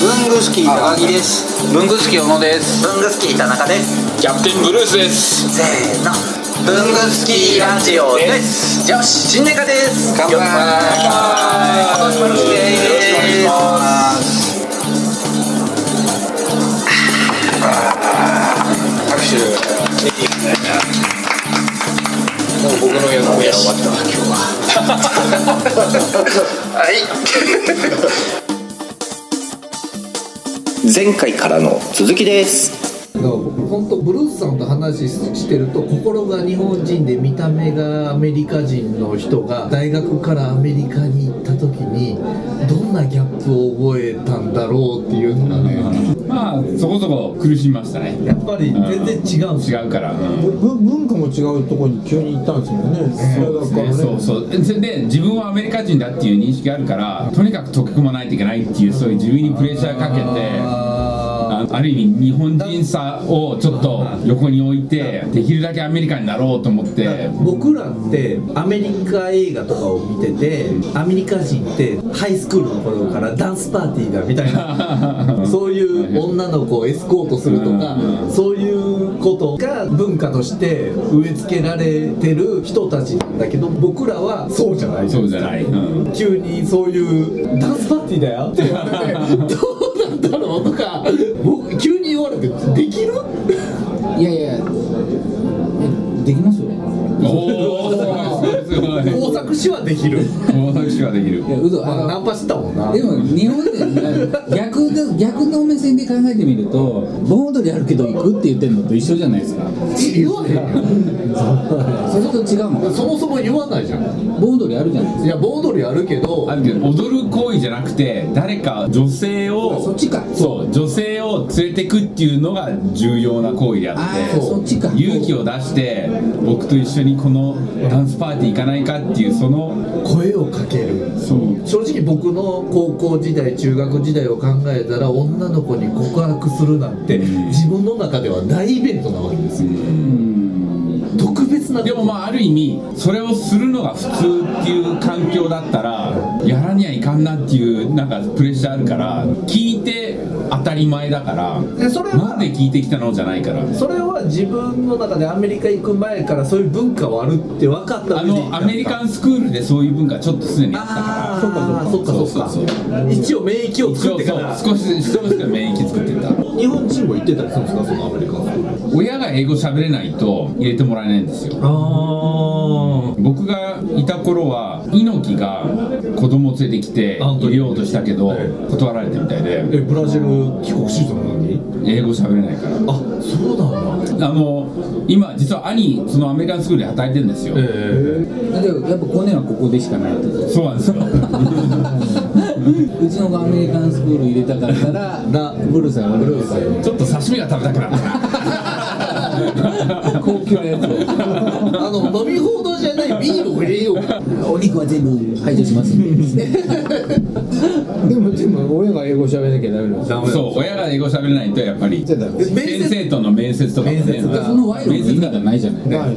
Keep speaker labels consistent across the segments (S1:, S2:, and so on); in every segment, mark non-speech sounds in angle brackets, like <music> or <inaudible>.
S1: 文具好き高木です
S2: 文具好き小野です
S1: 文具好き田中です
S3: キャプテンブルースです
S1: せーの文具好きラジオですよし新年会です
S2: 乾杯
S1: 今年もよろしくです
S2: 拍手もう僕の役目は終わったわ今日は
S4: 前回からの続きです
S5: 本当ブルースさんと話してると心が日本人で見た目がアメリカ人の人が大学からアメリカに行った時にどんなギャップを覚えたんだろうっていうのがね
S3: まあそこそこ苦しみましたね
S5: やっぱり全然違うんですよ
S3: 違うから、
S6: 文化も違うところに急に行ったんですもんね。
S3: そうそうそれで自分はアメリカ人だっていう認識があるからとにかく溶け込まないといけないっていうそういう自分にプレッシャーかけて
S5: あ
S3: あある意味日本人さをちょっと横に置いてできるだけアメリカになろうと思って
S5: ー僕らってアメリカ映画とかを見ててアメリカ人ってハイスクールの頃からダンスパーティーだみたいなそういう女の子をエスコートするとか
S3: う、
S5: そういうことが文化として植え付けられてる人たちなんだけど、僕らはそうじゃない。
S3: そうじゃない、うん
S5: 急にそういうダンスパーティーだよって言われて、
S3: <laughs>
S5: どうなんだろうとか、僕急に言われて、でき
S3: <laughs>
S5: る
S7: いやいやできますよい
S3: おおすごいすご
S5: 工
S3: い
S5: 作師はできる。
S3: 工作師はできる
S7: や嘘あ
S5: まあ
S7: の
S5: ナンパしてたもんな。
S7: でも日本でね逆で逆の目線で考えてみると盆踊りあるけど行くって言ってるのと一緒じゃないですか
S5: 言わへん。
S7: それと違うもん
S5: そもそも言わないじゃん。
S7: 盆踊りあるじゃないです
S5: いや、盆踊りあるけど
S3: あ、るけど踊る行為じゃなくて誰か女性
S7: かそっ
S3: を
S7: ちか
S3: そう女性を連れてくっていうのが重要な行為であ
S7: あ
S3: っ
S7: あ
S3: て
S7: そっちか
S3: 勇気を出して僕と一緒にこのダンスパーティー行かないかっていうその
S5: 声をかける。
S3: そう
S5: 正直僕の高校時代中学時代を考えたら女の子に告白するなんて自分の中では大イベントなわけですよ特別な
S3: でもまあある意味それをするのが普通っていう環境だったらやらにはいかんなっていうなんかプレッシャーあるから聞いて当たり前だから
S5: でそれは
S3: なんで聞いてきたのじゃないから
S5: それは自分の中でアメリカ行く前からそういう文化はあるって分かった
S3: あのアメリカンスクールでそういう文化ちょっとすでにあったから
S5: ああそっかそっかそ
S3: そ
S5: っ
S3: うそう
S5: か一応免疫を作ってから
S3: そう少しずつ少しずつ免疫作ってった
S5: 日本人も行ってたりするんですかそのアメリカの
S3: 親が英語喋れないと入れてもらえないんですよ
S5: あ
S3: 僕がいた頃は猪木が子供を連れてきて
S5: あ
S3: 入れようとしたけど断られたみたいで
S5: えブラジル帰国子女なのに
S3: 英語喋れないか
S5: あ
S3: ら
S5: そうなんだ
S3: あの今実は兄そのアメリカンスクールで働いてるんですよ、
S5: え
S7: でやっぱ5年はここでしかないってこと
S3: そうなん
S5: <laughs>
S3: ですよ
S7: うちの子アメリカンスクール入れたかったらラブルースはブルース
S3: ちょっと刺身が食べたくなった
S5: <laughs>
S7: 高級なやつを
S5: あの飲み放題じゃないビールを入れようか
S7: お肉は全部排除しますんで
S6: でも、でも、親が英語喋らなきゃダメなんですよ。
S3: そう親が英語喋れないとやっぱり
S6: じゃあダメです。
S5: 面
S3: 先
S5: 接
S3: 生との面接とかもね
S5: 面接が
S7: その賄賂の意味がないじゃない
S5: あは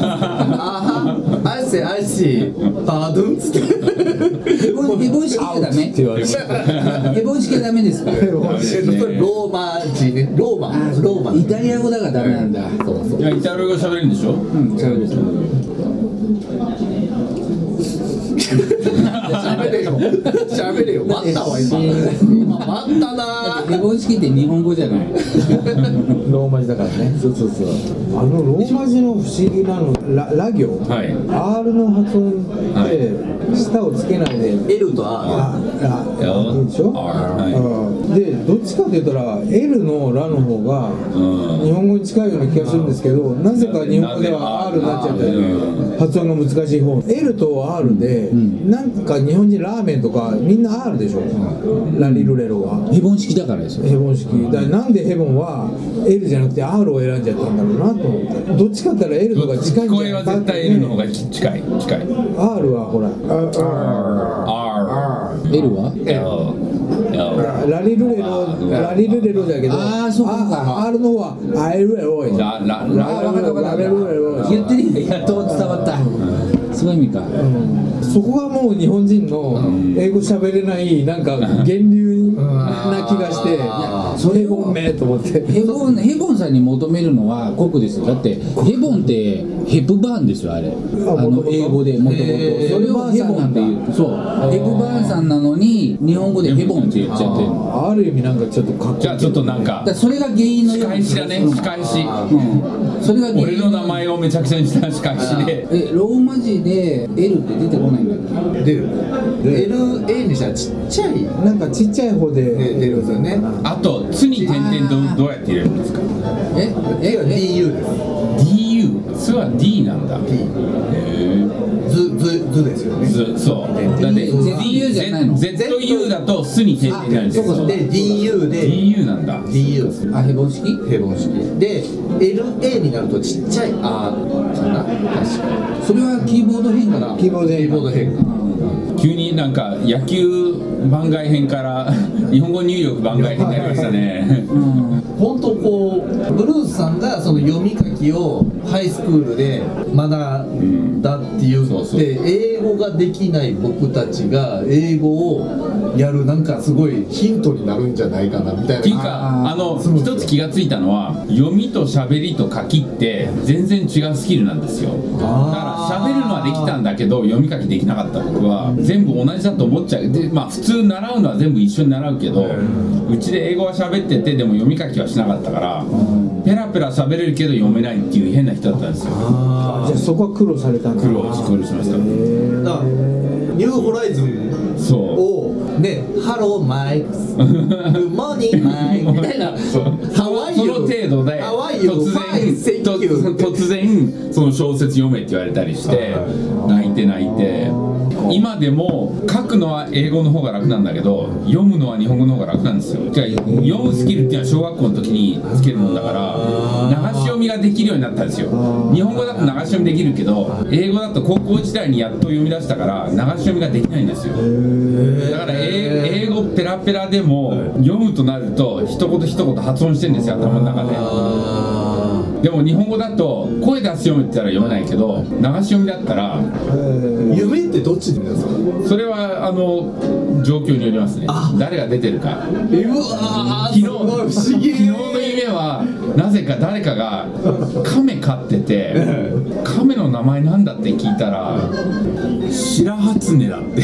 S5: あはアイシーアイシーパードゥンつって
S7: ヘボンヘボン式はダメ
S6: って言われて。
S7: ヘボン式はダメですか
S5: ローマ字ねローマローマ
S7: イタリア語だからダメなんだそうそう
S3: いやイタリア語喋れるんでしょ
S7: うんそうです
S5: 喋れよ喋れよ待ったわ今今待ったな
S7: ヘボン式って日本語じゃない
S6: ローマ字だからね。
S7: そうそうそう
S6: あのローマ字の不思議なの、ラ、ラ行。
S3: はい
S6: R の発音って、舌をつけないで、
S5: L と R
S6: あ、ラ、でし
S3: R
S6: ょ
S3: はい
S6: うんで、どっちかって言ったら、L のラの方が、
S3: うん
S6: 日本語に近いような気がするんですけど、なぜか日本語では R になっちゃったり、発音が難しい方。L と R で、なんか日本人ラーメンとか、みんな R でしょラリルレロは。
S7: ヘボン式だからですよ
S6: ヘボン式だからなんでヘボンは L じゃなくて R を選んじゃったんだろうなと思ってどっちかって言ったら L とか近
S3: 聞
S6: いんじ
S3: こ
S6: ゃ
S3: え
S6: な
S3: はい
S6: か
S3: 絶
S6: って
S3: 対 L の方が近い近い
S6: R はほらあ
S3: R
S7: L は
S3: L
S6: ラリルレロラリルレロだけど
S7: あーそうか
S6: R の方は I ルエロイ
S3: ララ
S6: ララララレロレロ
S7: 言ってるややっと伝わったそういう意味か
S6: そこがもう日本人の英語喋れないなんか源流な気がしてそれもめと思って
S7: ヘボンヘボンさんに求めるのは酷ですよだってヘボンってヘプバーンですよあれあの英語でもともとそ
S6: へー
S7: れをヘボンっていうそうヘプバーンさんなのに日本語でヘボンって言っちゃってるだ
S6: ある意味なんかちょっとかっこいい
S3: じゃあちょっとなんか
S7: からそれが原因の
S3: 仕
S7: ような
S3: 返しだね仕返し
S7: うんそれが原因
S3: 俺の名前をめちゃくちゃにした仕返しで
S7: えローマ字で L って出てこないんだっ
S5: 出る LA にしたらちっちゃいね
S6: なんかちっちゃい方で
S5: 出るんですよね
S3: あと「つ」に点々どどうやって入れるんですか
S7: けえ
S5: 絵は DU
S7: え
S5: です
S3: DU「つ」は D なんだ
S5: D 図図図ですよね
S3: ずそうだって
S7: ZU じゃないの
S3: ZU だと「す」に点々なんです
S7: あそうかそう
S3: よ
S7: か
S5: で DU で
S3: DU なんだ
S5: DU です
S7: あヘボン式
S5: 平凡式で LA になるとちっちゃい R かな確か
S7: それはキーボード変化だ
S6: 希望
S5: キ
S6: で
S5: ーボード変化
S3: 急になんか野球番外編から日本語入力番外編になりましたね
S7: うん
S5: 本当こうブルースさんがその読み書きをハイスクールで学んだっていうのって英語ができない僕たちが英語をやるなんかすごいヒントになるんじゃないかなみた
S3: って
S5: い
S3: いう
S5: な
S3: か
S7: あー
S3: あの
S5: そうそう
S3: 一つ気がついたのは読みと喋りと書きって全然違うスキルなんですよだから喋るのはできたんだけど読み書きできなかった僕は全部同じだと思っちゃうでまあ普通習うのは全部一緒に習うけどうちで英語は喋っててでも読み書きはしなかったからペラペラ喋れるけど読めないっていう変な人だったんですよ
S6: じゃあそこは苦労されたんだ
S3: 苦労し苦労しました
S5: だからニューホライズン
S3: そう
S5: をね「ハローマイク」「グ
S3: <laughs>
S5: ッモーニングマイク」みたいな「ハワイ
S3: そ
S5: ユ
S3: の程度で
S5: ハワイユ
S3: 突然と突然その小説読めって言われたりして泣いて泣いて今でも書くのは英語の方が楽なんだけど読むのは日本語の方が楽なんですよてか読むスキルっていうのは小学校の時につけるもんだから流し読みができるようになったんですよ日本語だと流し読みできるけど英語だと高校時代にやっと読み出したから流し読みができないんですよだから英英語ペラペラでも読むとなると一言一言発音してんですよ頭の中ででも日本語だと声出して読むって言ったら読めないけど流し読みだったら
S5: 夢ってどっちで見るんですか
S3: それはあの状況によりますね誰が出てるか
S5: うわー
S3: 昨日
S5: すごい不思議
S3: 昨日の夢はなぜか誰かが亀飼ってて亀の名前なんだって聞いたら白初音だって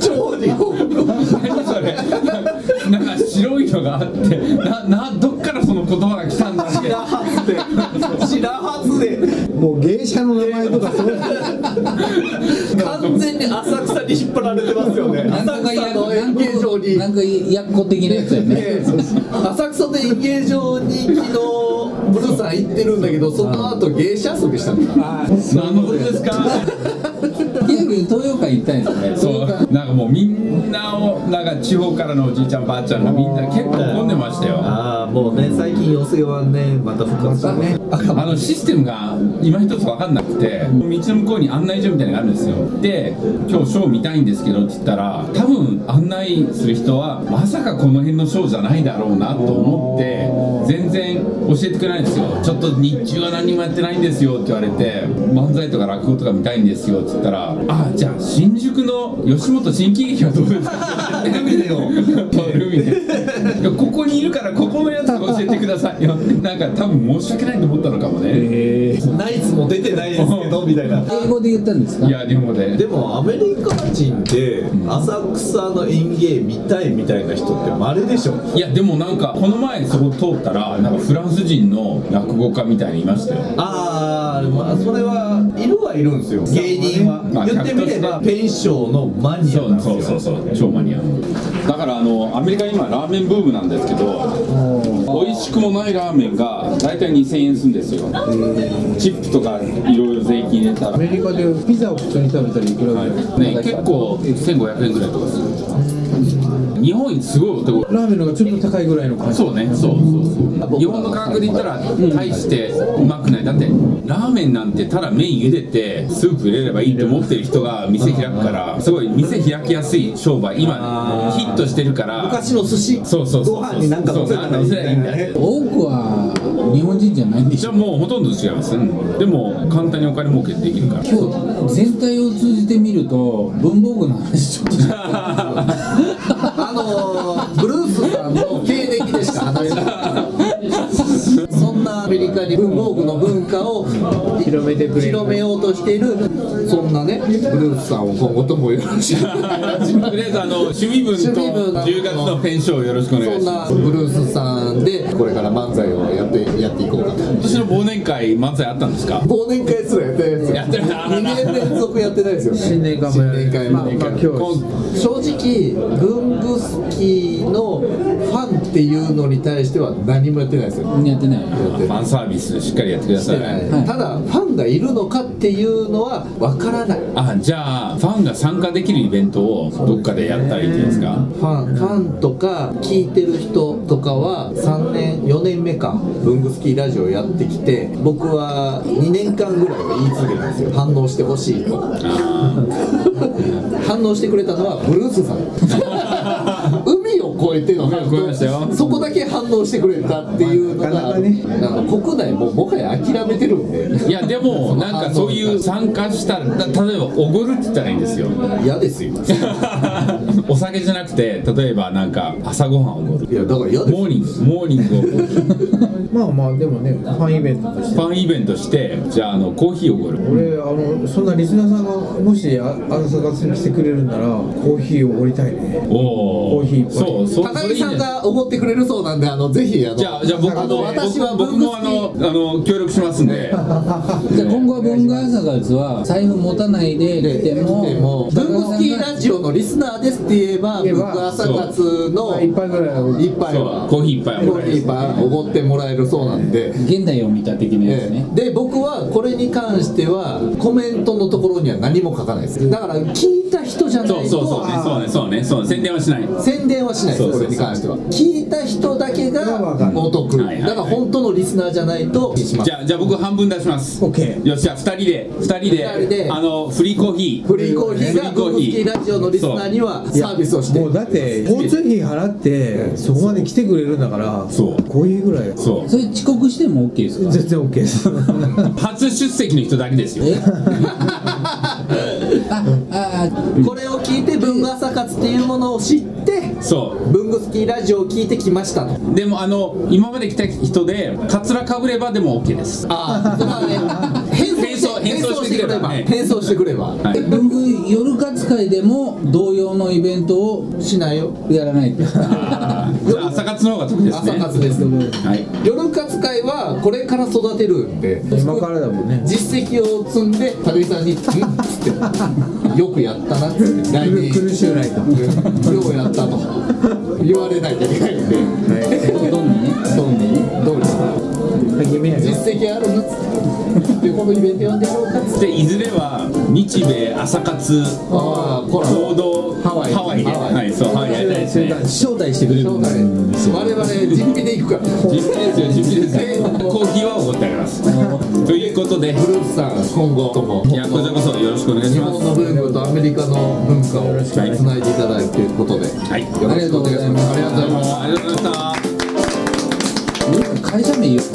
S5: 超日本語
S3: 何それなんか白いのがあってななどっからその言葉が来たんだって
S5: 白髪で <laughs> 白髪で
S6: もう芸者の名前とかそういう
S5: 完全に浅草に引っ張られてますよね
S7: なん
S5: 浅
S7: とか
S5: 草
S7: や
S5: の演芸場に
S7: なんかやっこ的なやつだよね
S3: <laughs>
S5: ね浅草の演芸場に昨日ブルーさん行ってるんだけどその後芸者遊びしたんだ
S3: 何のことですか
S7: 結局東洋館行ったんですよね
S3: そうなんかもうみんなをなんか地方からのおじいちゃんばあちゃんがみんな結構混んでましたよ
S5: ああもうね最近寄せはねまた復活したね
S3: あのシステムが今一つ分かんなくて道の向こうに案内所みたいなのがあるんですよで今日ショー見たいんですけどって言ったら多分案内する人はまさかこの辺のショーじゃないだろうなと思って全然教えてくれないんですよちょっと日中は何もやってないんですよって言われて漫才とか落語とか見たいんですよって言ったらあじゃあ新宿の吉本新喜劇はどうです <laughs> か海でよ海でいやここにいるからここのやつ教えてくださいよなんか多分申し訳ないと思ったのかもね
S5: ナイツも出てないですけどみたいな
S7: 英語で言ったんですか
S3: いや日本語で
S8: でもアメリカ人って浅草の園芸見たいみたいな人って稀でしょ
S3: いやでもなんかこの前そこ通ったらなんかフランス人の落語家みたいにいましたよ
S8: ああまあそれはいるはいるんですよ芸人は、
S3: まあ
S8: 言ってみればペンションのマニア
S3: そ
S8: なん
S3: う
S8: ですよ
S3: そうそうそう超マニアだからあのアメリカ今ラーメンブームなんですけど美味しくもないラーメンが大体2000円するんですよチップとかいろいろ税金入れたら、
S6: アメリカでピザを普通に食べたらいくらぐらい、
S3: ね、結構1500円ぐらいとかする日本一すごいお手頃
S6: ラーメンの方がちょっと高いぐらいの感じ
S3: そうね、そうそうそう。日本の価格で言ったら大してうまくない。だってラーメンなんてただ麺茹でてスープ入れればいいと思ってる人が店開くから、すごい店開きやすい商売今ヒットしてるから。
S8: 昔の寿司
S3: そうそうそう。
S8: ご飯になんか
S3: そう
S8: 乗せたらいいんだよね
S3: そうなんか乗せたらいいんだよね
S7: 多くは日本人じゃないんでし
S3: じゃ
S7: ょ
S3: あもうほとんど違います、うんでも簡単にお金儲けでき
S8: <laughs>
S3: るから
S7: 今日全体を通じてみると文房具の話ちょっとしか
S5: あのーブルースさんの経歴でしか
S7: <laughs>
S5: 話してないそんなアメリカに文房具の文化を広めてくれ広めようとしているそんなねブルースさんを今後ともよろしくお願いしま
S3: とりあえずあの趣味文と
S5: 趣味文の
S3: 10月のペンションをよろしくお願い
S5: すそ
S3: し
S5: ん
S3: ま
S5: な
S3: す
S5: ブルースさんでこれから漫才をやってやっていこうかと
S3: 今年の忘年会漫才あったんですか
S5: 忘年会すらやってないですよ
S3: やってない
S5: 2年連続やってないですよね新年会も新年会も、まあ今日正直文具好きのファンっていうのに対しては何もやってないですよ
S7: やってない
S5: やって
S3: フ
S5: ない
S3: ァンサービスしっかりやってください
S7: はい
S5: ただファンがいるのかっていうのはわからないフ
S3: あじゃあファンが参加できるイベントをどっかでやったらいいんじゃないですか
S5: ァンファンとか聞いてる人とかは3年4年目か文具好きラジオやってきて僕は2年間ぐらいは言い続けたんですよ反応してほしいと
S3: あ
S5: 反応してくれたのはブルースさん海を越えての反
S3: 海を越えました
S5: 応
S3: よ
S5: そこだけ反応してくれたっていうのが、
S6: なかなかね
S5: あの国内ももはや諦めてるんで
S3: ーいやでもなんかそういう参加したらた例えばおごるって言ったらいいんですよ
S5: 嫌ですよ
S3: お酒じゃなくて例えばなんか朝ごはんおごる
S5: いやだから嫌です
S3: モーニングモーニングをおごる
S6: まあまあでもねファンイベントとして
S3: ファンイベントしてじゃああのコーヒーおごる
S6: 俺あのそんなリスナーさんがもしあ朝活に来てくれるならコーヒーをおごりたいね
S3: おお
S6: コーヒー
S3: そうそう
S5: 高
S3: それ
S5: 木
S3: いいんじゃ
S5: さ
S3: ない
S5: んがおごってくれるそうなんであのぜひあの
S3: じゃあ、じゃあ僕も、
S5: 私は
S3: 僕もあの、あの、協力しますんで。
S7: じゃあ今後は文具朝活は財布持たないで来ても
S5: でも文具好きラジオのリスナーですって言えば
S6: 言えば
S5: 僕朝活の
S6: 一杯ぐらいは
S5: 一杯
S3: そ
S5: は
S3: う、コーヒーいっぱい
S5: コ
S3: おご
S5: ー
S3: る
S5: ヒー一杯おごってもらえるそうなんで
S7: 現代を見た的なやつね、
S5: で僕はこれに関してはコメントのところには何も書かないですだから聞いた人じゃない
S3: そう
S5: と
S3: そうそうね、そうね、そうね、そうね、宣伝はしない。
S5: 宣伝はしないです
S3: そうそう
S5: これに関しては聞いた人だけがお得
S3: はいはいはい
S5: だから本当のリスナーじゃないとします
S3: じゃあ、じゃあ、僕半分出します。
S6: OK
S3: よっしゃ、二人で、二人
S5: 二人で
S3: で、あの、フリーコーヒー。
S5: フリーコーヒーが
S3: フリーコ
S5: 文
S3: ー
S5: 具
S3: ヒ
S5: 好
S3: ー
S5: きラジオのリスナーにはサービスをして
S6: もうだって交通費払ってそこまで来てくれるんだから
S3: そう
S6: コーヒーぐらい
S3: そう。
S7: それ遅刻しても OK ですか
S6: 全然 OK です
S3: 初出席の人だけですよ。
S7: ああ
S5: これを聞いて文具朝活っていうものを知って
S3: そう。
S5: 文具好きラジオを聞いてきましたと
S3: でも、あの、今まで来た人で、カツラかぶればでも OK です。
S5: <laughs> ああそれはね変装して
S3: 変
S5: 変
S3: 装
S5: 装してくれば
S3: ね
S5: 変装してくれば
S3: はい。
S7: 文具夜活会でも同様のイベントを
S5: しないよ
S7: やら
S5: <laughs>
S7: ないと
S3: あーじゃあ朝活の方が得ですね。
S5: 朝活です
S3: はい。
S5: 夜活会はこれから育てるんで
S6: <laughs> 今からだもんね
S5: 実績を積んで武井さんに「ん?」っつって「 <laughs> よくやったな」っつって「来年
S6: 苦しゅうないと
S5: ようやった」と言われないといけないんで
S7: どんどんね
S5: どんにどうですか
S6: 夢やね
S5: 実績あるなっつってでこのイベント呼んでやろうかっつって
S3: でいずれは日米朝活
S5: ああコラボ
S3: 合同
S5: ハワイ
S3: で
S5: ハワイ
S3: はいそうハワイやりたいですね
S7: 招待してくれる
S5: 招待我々実費で行くから
S3: 実費ですよ実費ですよコーヒーはおごってあげますということで
S5: ブルースさん今後とも
S3: いやこちらこそよろしくお願い
S5: 日
S3: しま
S5: 本
S3: す
S5: の文化とアメリカの文化をつないでいただいてということで
S3: はい
S5: よろしくお願いしますありがとうございます
S3: ありがとうございま
S7: 会社名言った
S3: し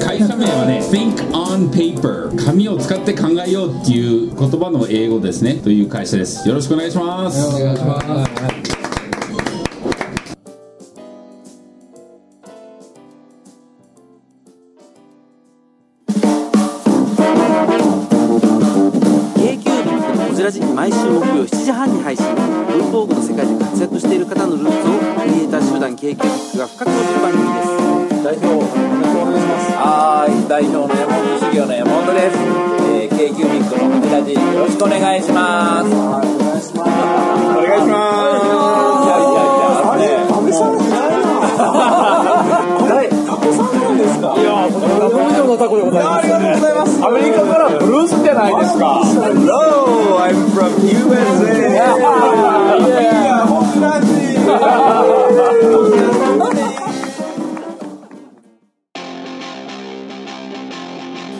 S3: た会会社名はね Think on Paper 紙を使って考えようっていう言葉の英語ですねという会社ですよろしくお願いします
S5: お願いします
S2: 代表お願いしますはい代表の山本修行の山本です、えー、k q ミックのこちらでよろしくお願いしますお願いしますいやいやいやあれ隠されてないな誰タコさんなんですかいや僕の以上のタコでございますありがとうございますアメリカからブルースじゃないですか Hello I'm from USA Yeah, yeah.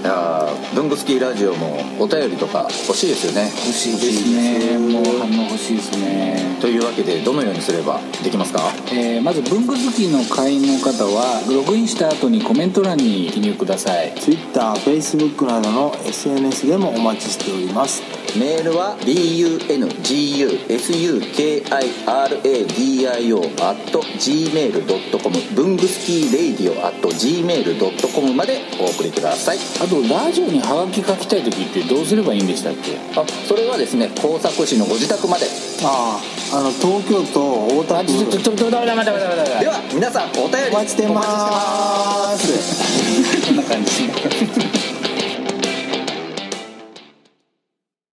S4: あー文具好きキーラジオもお便りとか欲しいですよね
S7: 欲しいですねもう反応欲しいですね
S4: というわけでどのようにすればできますか
S7: えーまず文具好きの会員の方はログインした後にコメント欄に記入ください
S9: TwitterFacebook などの SNS でもお待ちしております
S4: メールは bungusukiradio.gmail.com 文具スキーレイディオ at .gmail.com までお送りください
S7: あとラジオにハガキ書きたい時ってどうすればいいんでしたっけ
S4: あそれはですね工作士のご自宅まで
S9: あああの東京都大田区
S7: ちょちょちょちょダメダメダメダメダメ
S4: では皆さんお便り
S9: お待ちしてます
S4: こんな感じ